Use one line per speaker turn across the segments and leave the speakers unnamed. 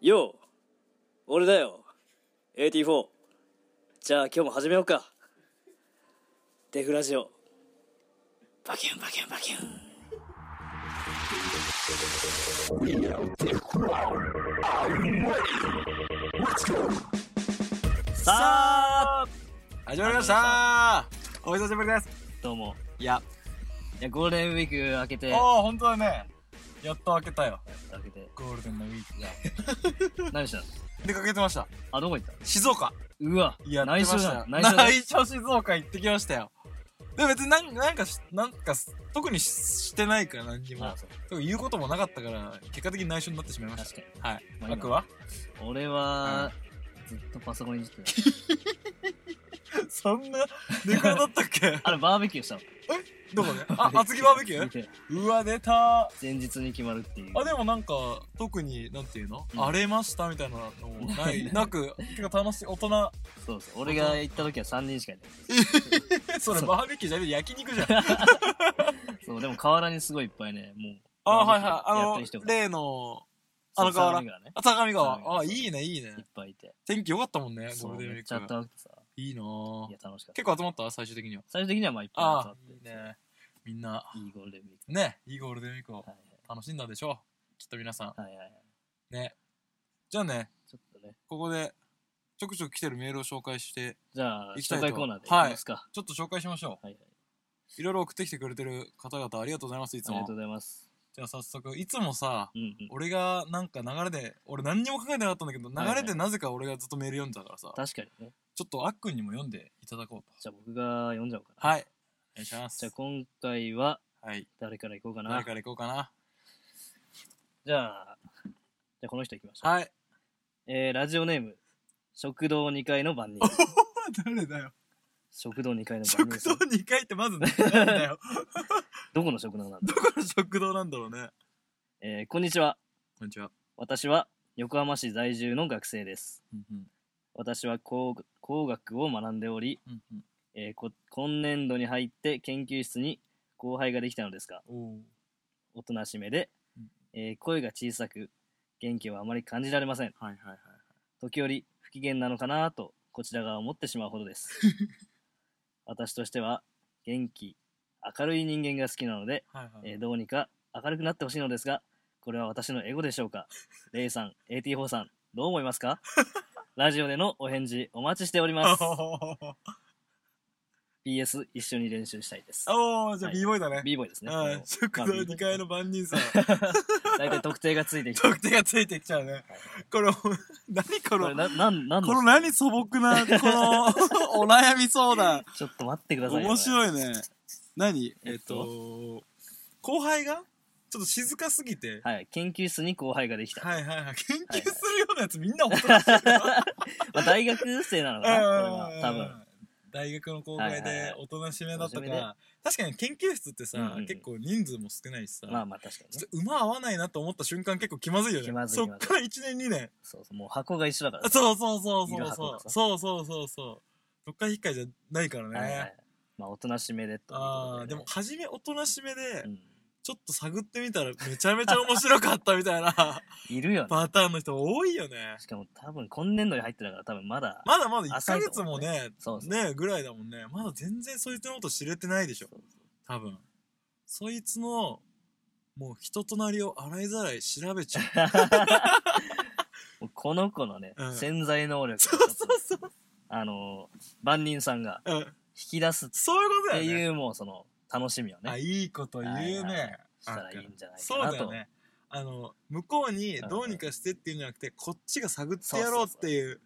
よう俺だよ !AT4! じゃあ今日も始めようかデフラジオバキュンバキュンバキュンさあ
始まりましたお久しぶりです
どうも
いや、
いやゴールデンウィーク明けて
ああ、本当だね。やっと開けたよ。
明けて
ゴールデンのウィークが。
何したの
出かけてました。
あどこ行った
静岡。
うわ
いや、
内緒
出てました
だ
よ
内緒だ
内緒静岡行ってきましたよ。でも別になんなんかし、なんかし、特にししてないから何 にも
あ。そう
特に言うこともなかったから、結果的に内緒になってしまいまし
確かに
た。はい。
まあ今
枠は
俺は、ずっとパソコンいじってた
そんな、出くわだったっけ
あれバーベキューしたの
どこで あ、厚木バーベキュー
ー
うわ、出た
前日に決まるっていう
あでもなんか特になんていうの、
うん
荒れましたみたいなのも ないなく結構楽しい大人
そうそう俺が行った時は3人しかいない
それ
そう
バーベキューじゃなくて焼肉じゃん
そうでも河原にすごいいっぱいねもうバ
あは
ーベ
い
キュー
はいあ
やっ
の
てる人が
例の
そう
あの河原
相模川ね
あ相模
相模川
川あいいねいい
いっ
ね
ぱいいて
天気良かったもんね
そ
ゴー
う
ルデンウ
め
ィ
っ
ー
ちゃあっ
ク
た
が
かくてさ
いいな
や
いぁ
楽しかった
結構集まった最終的には
最終的にはまあいっぱい集ま
あ
っ
いい
て
ねみんない
いゴールデンウィーク
ねいいゴールデンウィークを
はい
楽しんだでしょうきっと皆さん
はいはいはいはい
ねじゃあね
ちょっとね
ここでちょくちょく来てるメールを紹介して
じゃあ
行きた
紹
いと
介コーナーでいきますか
ちょっと紹介しましょう
はいはい
いろいろ送ってきてくれてる方々ありがとうございます、い
あ
つ
りが
も
とう。ございます
じゃあ早速、いつもさ、
うんうん
俺がなんか流れで、俺何にも考えてなかったんだけど、
はいはい
流れでなぜか俺がずっとメール読んでたからさ、
確かにね
ちょっとあっくんにも読んでいただこうと。
じゃあ僕が読んじゃおうかな
はい。お願いしま
じゃあ
す。
今回は
はい。
誰から行こうかな
誰。から行こうかな。
じゃあ、じゃあこの人行きましょう。
はい。
えー、ラジオネーム、食堂2階の番人。
誰だよ。
食堂2階の番 人
食
さ
堂
ん。
2階ってまず 誰だよ。
どこの食堂なんだ
どこの食堂なんだろうね。
えー、こんにちは。
こんにちは。
私は横浜市在住の学生です。
うんうん。
私は工工学を学んでおり、
うんうん。
えーこ、今年度に入って研究室に後輩ができたのですが、
おー
おとなしめで
うん、
えー声が小さく、元気はあまり感じられません。
はいはいはい。
時折不機嫌なのかなとこちらが思ってしまうほどです 私としては元気明るい人間が好きなので、
はいはい。
えーどうにか明るくなってほしいのですがこれは私のエゴでしょうかレイさん AT4 さんどう思いますかラジオでのお返事お待ちしております PS 一緒に練習したいです
おー、じゃあ
はい
b ボーイだね。
b ボイですね
は
こ
い
の。
食堂2階の番人さ ん。
大体特定がつい てきて
特定がついてきちゃうね。これ、何こ
これ
の、
ななんなん
こ
の
の何素朴な、この、 お悩み相談。
ちょっと待ってくださいよ
面白いね。何
え
え
っ
っ
と
と、後輩がちょっと静かすぎて。
はい研究室に後輩ができた、
はいはいはい。研究するようなやつみんな大人だしいよ。
まあ、大学生なのかなこれは多分
大学の後輩
はいはいはい
でおとなしめだった
おとな
か
しめで
ら、確かに研究室って
うんうん
さ
うん、
結構人数も少ないしさ。
まあまあ確かに
ち
ね
ょ。っと馬合わないなと思った瞬間結構気まずいよね。
気まずい
そっから1年2年。
そうそう、もう箱が一緒だから。
そうそうそう
い
そ
る
う
箱
そ
が
う。
さ
そうそうそうそう。どっか引っかいじゃないからね。
はいはい。まあ、おとなしめでという
あ
こ
あ、
と
でも、初めおとなしめで
う、ん
ちょっと探ってみたらめちゃめちゃ面白かったみた いな
いるよね。
パターンの人多いよね。
しかも多分今年度に入ってたから多分まだ。
まだまだ1
浅
ヶ
いと
月
思う
もね、
そうそう。
ね、ぐらいだもんね。まだ全然そいつのこと知れてないでしょ。
そうそう
多分。そいつの、もう人となりを洗いざらい調べちゃう。
もうこの子のね、
うん
潜在能力をちょっ
そう
と
そうそう。
あのー、万人さんが
うん
引き出すっ
そういうことだ
て
よね。
いうもうその楽しみを
あ、
ね、
いいこと言うね。
はいはいしたらいいんじゃないか
そう
な
だ
と。
よね。あの、向こうにどうにかしてっていうんじゃなくて、こっちが探ってやろうっていう、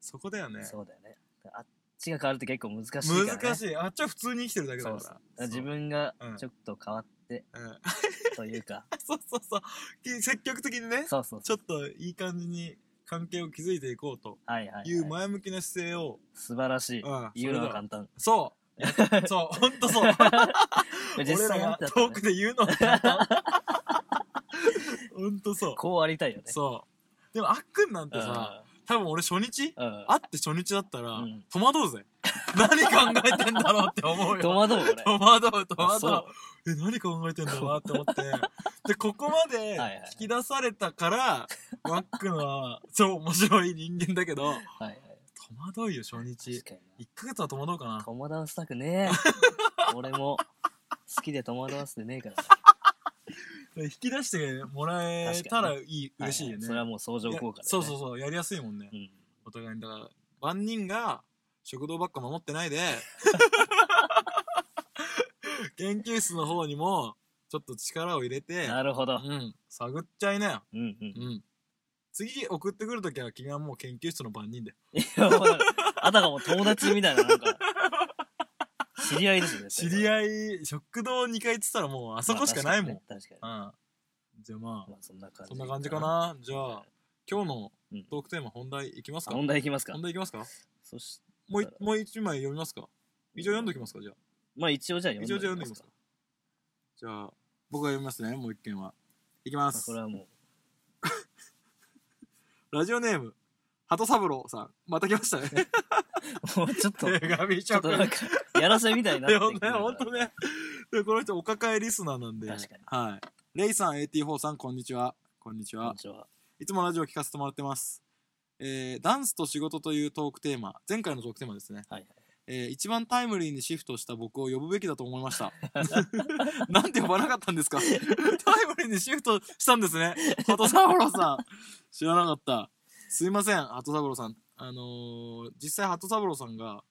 そこだよね。
そうだよね。あっちが変わるって結構難しいからね。
難しい。あっちは普通に生きてるだけ
そ
だか
う
ら。
そうだから自分がちょっと変わって
そううん
というか、
そうそうそう。き積極的にね、
そう そう
ち
そ
ょ
う。
っといい感じに関係を築いていこうと
はいはいいうはい。
前向きな姿勢を、
素晴らしい。
うん
言うのは
それ
簡単。
だ そう。そう、ほんとそう。俺
実際
ら
や
が
ってたら
遠
ね
くで言うのは簡単。 ほんとそう。
こうありたいよね。
そう。でも、あっくんなんて
うん
さ、多分俺初日
うん
会って初日だったら
うん、
戸惑うぜ。何考えてんだろうって思 う
戸
よ。
惑う俺
戸惑う、戸
あ
惑
そう
う。え、何考えてんだろうなって思 って。で、ここまで
はいはい
引き出されたから、ワックンは、超面白い人間だけど、
はいはい
戸惑うよ、初日
確。かにな
1ヶ月は戸惑うかな。
戸惑わせたく ねえ俺も好きで戸惑わせてねえから
引き出してもらえたらいい、嬉しいよね。
それはもう相乗効果で、ね、
いやそうそうそう、やりやすいもんね。
うん
お互いに。だから、万人が食堂ばっか守っ てないで、研究室の方にも、ちょっと力を入れて、
なるほど
うん、探っちゃいなよ。
うんうん
うん。次送ってくるときは君はもう研究室の番人だよ。
いやもうなんかあたかも友達みたいななんか知り合いですね
知り
合い
合い、食堂2階って言ったらもうあそこしかないもん。
確かに,、
うん。じゃあまあ
ま、あ、そんな感じ
そんな感じかな。じゃあ、今日の
うん
トークテーマ本題いきますか
問題いきますか
本題いきますか
そし
もういもう一枚読みますか一応読んどきますかじゃあ。
まあ一応じゃあ
一応じゃあ読ん
み
でみますか。じゃあ、僕が読みますね、もう一件は。いきま
ます
す
か、まあ、これはも
ラジオネーム、鳩三郎さん。また来ましたね。
うもうちょっと
手紙
ちょっ
職
と
人。
なんかやらせみたいになっ
い
て
や
きて
ほ
る
ん
から
とね、ほんとね。でこの人、お抱えリスナーなんで。
確かに
はい。レイさん、AT4 さん、こんにちは。こんにち
こん
は
に。ちはい
つもラジオ聞かせてもらってます。えーダンスと仕事というトークテーマ、前回のトークテーマですね。
はい
えー一番タイムリーにシフトした僕を呼ぶべきだと思い ました。 なんて呼ばなかったんですかタイムリーにシフトしたんですね。鳩三郎さん。知らなかった。すいません、鳩三郎さん。あのー実際鳩三郎さんが、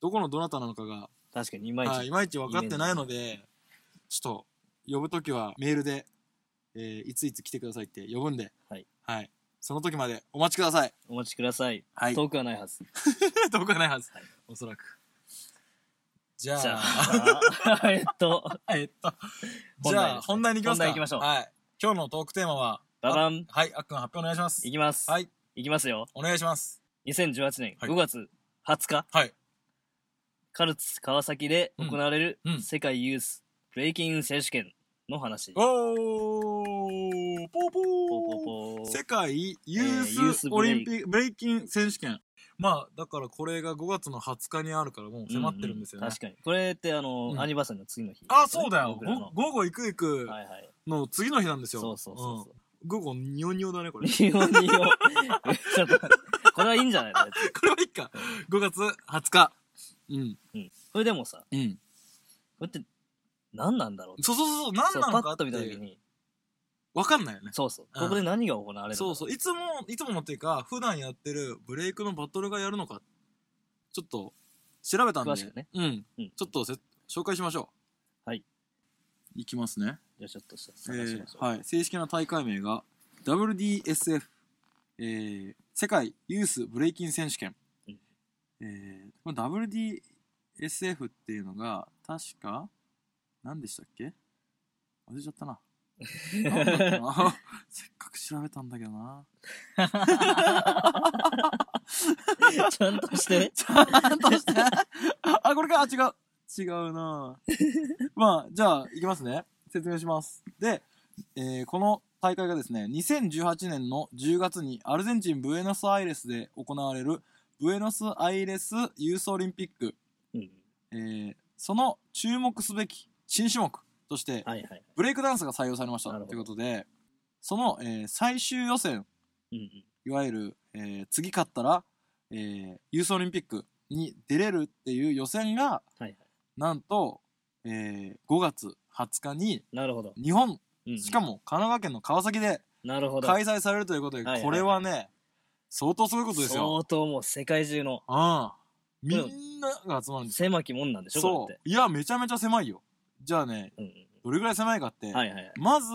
どこのどなたなのかが、
確かにいまいち、
はいいまいち分かってないので、ちょっと、呼ぶときはメールで、えーいついつ来てくださいって呼ぶんで、
はい。
その時までお待ちください。
お待ちください、
はい
遠くはないはず
どこかないはず。
はい
おそらく。じゃ
じゃ
あ、
あえっと
えっと、
本題ですね
じゃあ、本題に行きますか。
本題行きましょう
はい。今日のトークテーマは、
ババン
あはい、あっくん発表お願いします
い。きます、
はい、
いきますよ
お願いします。
2018年
はい
5月20日、
はい。
カルツ川崎で行われる
うんうん
世界ユースブレイキン選手権の話、
おーポーポ
ポ
ー
ポポ
世界
えー
ユ
ユース
ース
ブ
オ
レイ
リンピックブレイキン選手権。まあ、だからこれが5月の20日にあるからもう迫ってるんですよね。
うう確かにこれってあの、
うん
アニバーサリーの次の日、
あ、そうだよ
僕。らの
ご午後行く行く
はいはい
の次の日なんです
そ
よ。
うそうそうそう、
うん午後ニョニョだね、これ。
日本によ ちょっと待ってこれはいいんじゃないの別に
これはいいか。5月20日。うん。
それでもさ
うん。
これって何なんだろう
そうそうそう、何
そう
な
パ
のか
ッ
って
と見た時に
わかんないよね。
そうそう
うん
ここで何が行われるの
そうそう。いつも、いつものっていうか、普段やってるブレイクのバトルがやるのか、ちょっと、調べたんで。
詳しくね
うん。
うん
ちょっとせ、紹介しましょう。
はい。
いきますね。
じゃあちょっとさ
え
探しましょう、
ーはい。正式な大会名が、WDSF、えー、世界ユースブレイキン選手権。
うん
えー、この WDSF っていうのが、確か、何でしたっけ忘れちゃっ たな。なんだっけな せっかく調べたんだけどな。
ちゃんとして
ちゃんとして。あ、これか、あ違う。違う なぁまあ、じゃあ、いきますね。説明します。で、えーこの大会がですね、2018年の10月にアルゼンチン・ブエノスアイレスで行われるブエノスアイレスユースオリンピック、
うん
えーその注目すべき新種目として、
はいはい
ブレイクダンスが採用されました
なるほ
と
ど
いうことで、その、えー最終予選
うんうん
いわゆる、えー次勝ったら、えーユースオリンピックに出れるっていう予選が
はいはい
なんと、えー5月20日に
なるほど、
日本
うんうん
しかも神奈川県の川崎で
なるほど
開催されるということで、
はいはいはい
これはね相当すごいことですよ。
相当もう世界中の
ああみんなが集まるんですよ。
狭きもんなんでしょこ
そ
れっ
ういやめちゃめちゃ狭いよ。じゃあね
て、うん
どれぐらい狭いかって、
うん、はいはいはい
まず、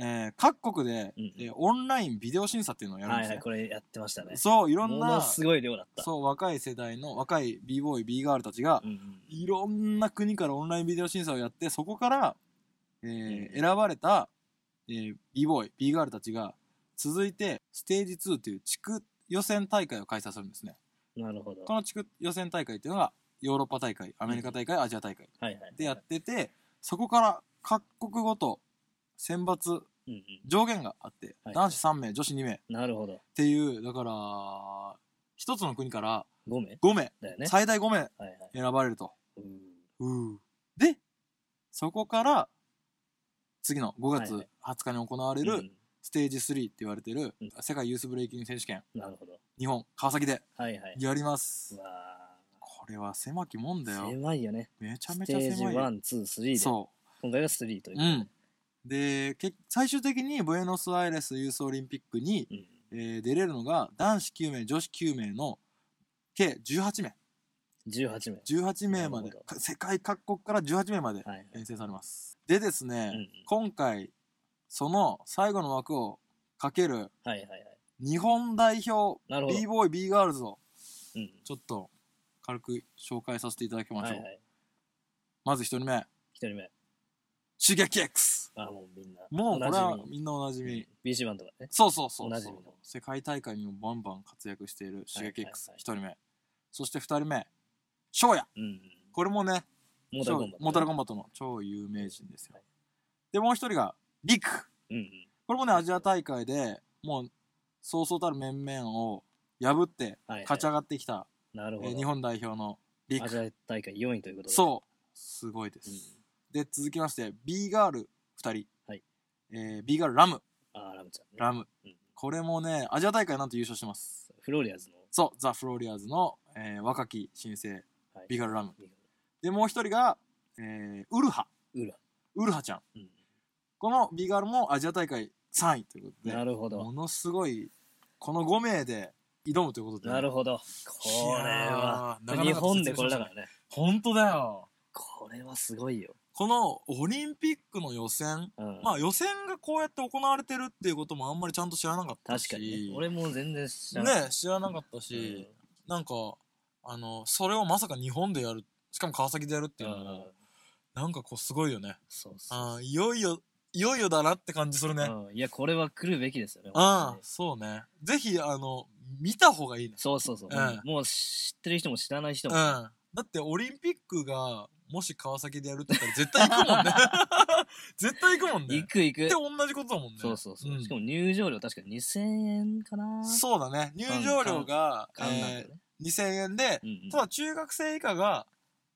えー各国で、
うんうん
えーオンラインビデオ審査っていうのをやるん
はい
です
は
ね。
いこれやってましたね
そういろん
も
な
のすごい量だった
そう若い世代の若い b ボーイ b ガールたちが
うんうん
いろんな国からオンラインビデオ審査をやってそこから、えー選ばれた、えー、b ボーイ b ガールたちが続いてステージ2という地区予選大会を開催するんですね
なるほど
この地区予選大会っていうのがヨーロッパ大会アメリカ大会アジア大会
はいはい
でやっててそこから各国ごと選抜
うんうん
上限があって、
はい
男子3名女子2名っ
なるほど
ていうだから一つの国から
5名
5名、
だよね
最大5名
はいはい
選ばれると
うん
でそこから次の5月
はいはい
20日に行われ
う
る
ん
ステージ3って言われてる
うん
世界ユースブレイキング選手権
なるほど
日本川崎で
はいはい
やります
うわ
これは狭きもんだ
ー
よ
狭いよね
めちゃ
ス
め
テ
ちゃ
ージ
狭いよ
123で
そ
今回が3というう、
うんでけ最終的にブエノスアイレスユースオリンピックに
うん
えー出れるのが男子9名女子9名の計18名
18名
18名まで
なるほ
世界各国から18名まで
はい
編成されますでですね、
うんうん
今回その最後の枠をかける
はいはいはい
日本代表
なるほど
b ボーイ b ガールズを
うん
ちょっと軽く紹介させていただきまし
は
ょう、
いはい
まず1人目
一人目
シゲキ X
あもうみんな
もうこれは
おなじ
みんなおなじみ、
み BC バンとかね
そうそうそう
お
そ
な
う
じみの
世界大会にもバンバン活躍しているシゲキ
は
X1
いはいはい
人目、そして2人目翔也
うんうん
これもね
モータルコンバットね
超モータルコンバットの超有名人ですよ、
はい
でもう一人がリク
うんうん
これもねアジア大会でもうそうそうたる面々を破って
はいはい
勝ち上がってきた、
なるほ
え
ど
ー日本代表のリ
ア
ク
ジア大会4位ということでう
そうすごいです、で続きまして B ガール2人、
はい
えー、B ガールラム
あーラムちゃんね
ラム、
うん
これもねアジア大会なんと優勝してます
フローリアーズの
そうザ・フローリアーズの、えー若き新星
はい
ビガルラム
ビガ
でもう一人が、えーウルハ
ルウラ
ウルハちゃん
うん
このビガールもアジア大会3位ということで
なるほど
ものすごいこの5名で挑むということで
なるほどこれは日本でこれだからね
本当だよ
これはすごいよ
このオリンピックの予選
うん
まあ予選がこうやって行われてるっていうこともあんまりちゃんと知らなかったし
確かにね俺も全然知らない
ね知らなかったし、なんかあのそれをまさか日本でやるしかも川崎でやるっていうのもなんかこうすごいよね
そうそう
あーいよいよいよいよだなって感じするね、
うんいやこれは来るべきですよね本
あ
当
あ
に
そうねぜひあの見た方がいいね
そうそうそう
うん
もう知ってる人も知らない人
うん
も
だってオリンピックがもし川崎でやるって言ったら絶対行くもん ね 絶対行くもんね
行く行く
で同じことだもんね
そうそうそうしか
も
も入場料確か2000円かな
そうだね入場料が、
かんなんだよ
え
ね
ー2000円で、
うんうん
ただ中学生以下が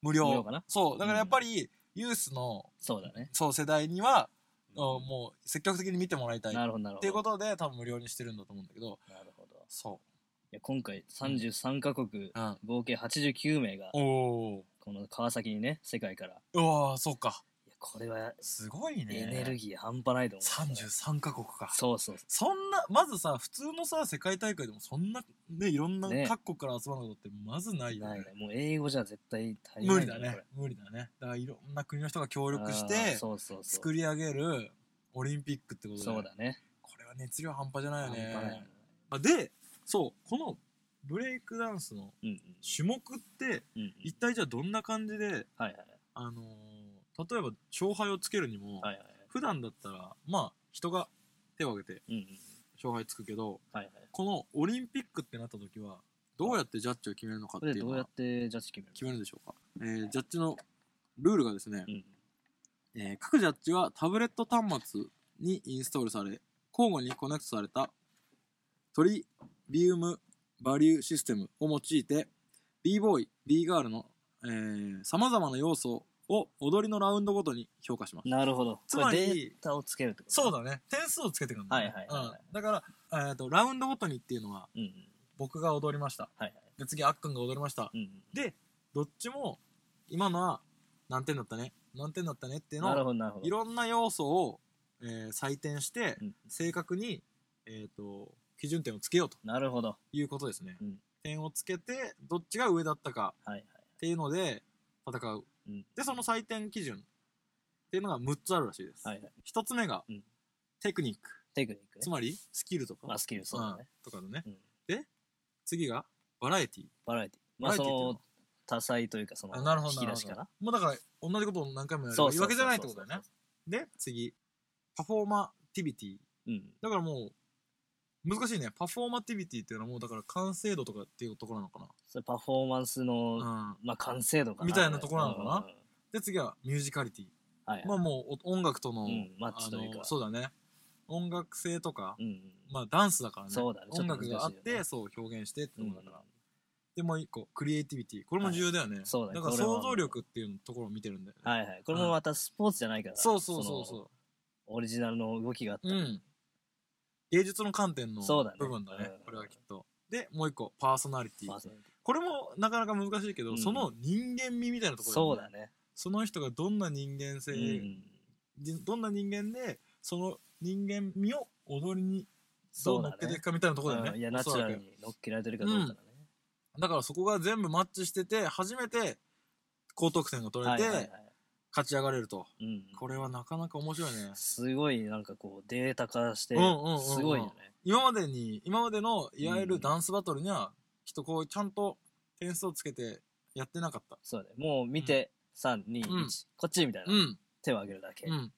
無料
無料かな
そうだからやっぱり、ユースの
そうだね
そう世代には、あのもう積極的に見てもらいたい
な
っ
るほどなるほど
ていうことで多分無料にしてるんだと思うんだけど
なるほど
そ
いや今回33カ国
う、うん、
合計89名が
おお
この川崎にね世界からいう
わーそうか
やこれは
すごいね
エネルギー半端ないと思う
33カ国か
そうそうそ
そんなまずさ普通のさ世界大会でもそんなねいろんな
ね
各国から集まることってまずな
う
いよ
ない
ね
ねもう英語じゃ絶対足りない
無理だ
こ
ね
れ
無理だねだからいろんな国の人が協力し
あー
て
そうそうそう
作り上げるオリンピックってこと
そうだね
これは熱量半端じゃないよ
半端ない
ね
よ
あでそうこのブレイクダンスの
うんうん
種目って
うんうん
一体じゃあどんな感じで
はいはい
あのー例えば勝敗をつけるにも、
はいはいはい
普段だったらまあ人が手を挙げて
うんうん
勝敗つくけど
はいはい
このオリンピックってなった時はどうやってジャッジを決めるのかっ
こ
て
れ
い
で
う
ど
の
うやっ
は
てジャッジ決める
決めるんでしょうか、えージャッジのルールがですね
う、ん
えー各ジャッジはタブレット端末にインストールされ交互にコネクトされたトリビウムバリューシステムを用いて b ボーイ b ガールのさまざまな要素を踊りのラウンドごとに評価します
なるほど
つまり
これデータをつけるってこと
そう
だ
だね点数をつけてくるんだ、ね
はいはいはいはい
うん、だから、えー、とラウンドごとにっていうのは
うんうん
僕が踊りました
はいはい
で次あっくんが踊りました
うんうん
でどっちも今のは何点だったね何点だったねっていうの
なる
を
ほどなるほど
いろんな要素を、えー採点して、
うん
正確に、えー、と基準点をつけようと
なるほど
いうことですね、
うん
点をつけてどっちが上だったか
はいはい
っていうので戦う
うん
でその採点基準っていうのが6つあるらしいです、
はいはい
1つ目が、
うん
テクニック
テクニックね
つまりスキルとか、
まあスキルそうだね
うんとかのね、
うん
で次がバラエティ
バラエティまあ
バラ
そ
エティっていうのは
の多彩というかその
あなるほど
引
な
き
る
出
ほ
しか
ど
な
もうだから同じことを何回もやれ
そ
ば
う
いい
そうそ
わけ
う
じ
そ
ゃ
う
ないってことだよねで次パフォーマティビティ
うん
だからもう難しいねパフォーマティビティっていうのはもうだから完成度とかっていうところなのか
それパフォーマンスの、
な、うん、
まあ完成度かな
みたいなところなのかな
うんうんうん
で次はミュージカリティ
はいはい
まあもうお音楽との、
うんマッ
あ
チというか
のそうだね音楽性とか、
うん。
まあダンスだからね
そうだね
音楽があっ
ちょっと難しいよ
て
ね
そう表現してって
うん
とこだから、でもう一個クリエイティビティこれも重要だよね、
そうだね
だから
これは
想像力っていうところを見てるんだよね、
はいはい。これもまたスポーツじゃないから。
そうそうそう
の
そ
オリジナルの動きがあった
うう
ら。
ん芸術の観点の
そうだね
部分だね
うん
これはきっとでもう一個パーソナリティ
まあそう
これもなかなか難しいけど、
うん
その人間味みたいなところ
そう
よ
だね。
その人がどんな人間性、
うん。
じどんな人間でその人間味を踊りにど
そうう
乗
だ
っけてい
ね
く。かみたいなところだよ
う
ね
んいや、ナチュラルに乗っけられてるかどうかだね。
だからそこが全部マッチしてて初めて高得点が取れ
はい
て
はいはい。
勝ち上がれると、
うん。
これはなかなか面白いね
すごいなんかこうデータ化して
うんうんうんうん
すごいよね。
今までに今までのいわゆ
う
る
ん
ダンスバトルにはきっとこうちゃんと点数をつけてやってなかった
そうだね。もう見て、3、2、1
うん、
こっちみたいうな。
ん
手を挙げるだけ
う。んやっ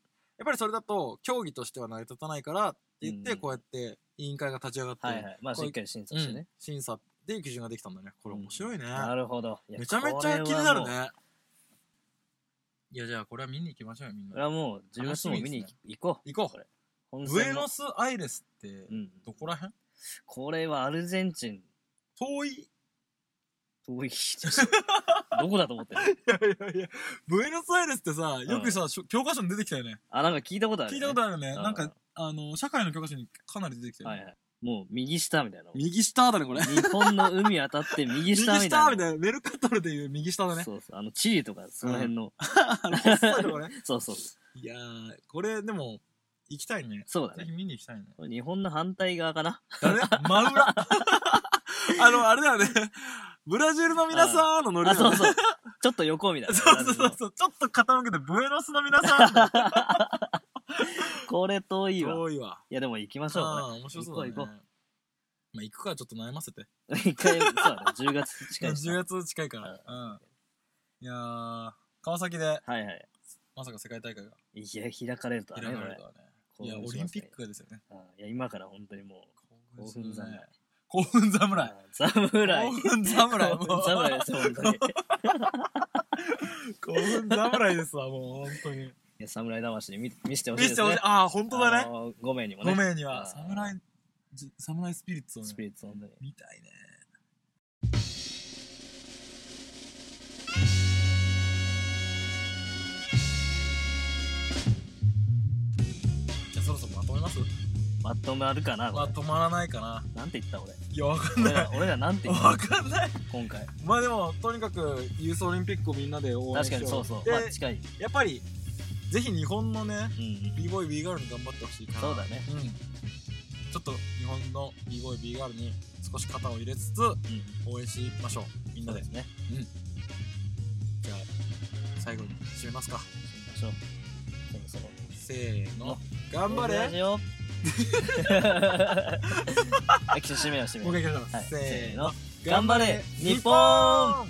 ぱりそれだと競技としては成り立たないからって言って
うん
こうやって委員会が立ち上がって、
はいはい。まあ
こう
し
い
っかり審査
う
して
ん
ね。
審査っていう基準ができたんだねこれ面白いね、
なるほど。いや
めちゃめちゃ気になる。
これはもう
ねいやじゃあこれは見に行きましょうよみん
こ
な
れはもう、自分も見に行こう。
行こう
これ。本
ブ
戦
エ
の
ノスアイレスって
うん。
どこら辺
これはアルゼンチン、
遠い い
遠い。どこだと思ってる
やいやいやブエノスアイレスってさよくさ、しょ教科書に出てきたよね
あ、なんか聞いたことある、ね。
聞いたことあるよね、
うん
なんかあの社会の教科書にかなり出てきたよ
は
ね、
いはい。もう右下みたいな。
右下だねこれ
日本の海当たって右
右
下
下
み
み
た
た
い
い
な。
なメルカトルでいう右下だね
そうそう。あの、チリとかその辺の。
あの細いとこね
そうそう。
いやーこれでも行きたいね
そうだ
ぜ
ね
ひ。見に行きたいね
これ日本の反対側かな
誰真裏あのあれだよねブラジルの皆さんのノリだ
あ、
よね
そうそう。ちょっと横みたいな。
そうそうそうそう、ちょっと傾けて、ブエノスの皆さん。
これ遠いわ。
多いわ。
いや、でも行きましょう
あ
こ
あ、面白そうだね。
行こう行
まあ、行くか、ちょっと悩ませて。
れ。一回、そうだね。10月近いし な。
10月近いから。うん。いやー、川崎で、
はいはい。
まさか世界大会が
いや、開かれるとは
開
ね、
か
こ
れる
れ
と。はね。
こ
いや、
う
オリンピックがですよね。
あいや、今から本当にもう、興奮
する
侍
ね。。興奮侍。
侍。
興奮侍。も
興奮侍です、本当に。いう
興奮侍ですわ、もう、本当に。
や、侍魂に見見せてほし
見
い
せ
で
て
す
ほし
ね
い。。ああ、本当だね。
ね。5名にもね。
5名には、
あー
侍、じ侍スピリッツをね
ス、ピリッツ、本当に。
見たいね。じゃあそろそろまとめます
まとまるかな、こ
ま
れ。
とまらないかな。
なんて言った俺。
いや、わかん
俺
ない。
ら、俺らなんて言った
わかんない。
今回。
まあでも、とにかく、ユースオリンピックをみんなで応援
確
し
か
よう。
にそうそう。
で、
まあ、近い。
やっぱり、ぜひ日本のね、
うんうん。
b ボーイ b ガールに頑張ってほしいから。
そうだね。
うん。ちょっと日本の b ボーイ b ガールに少し肩を入れつつ、
うん。
応援しましょう。みん
そ
な
う
で
で。すね。
じゃあ最後に締めますか
行きましょう。そろそろ。
せーの頑張
ラ
れ
ジオあ、き締めよう、締め
もう
よう。
一回いきましょう
はい
せーの
せーの頑張れ日本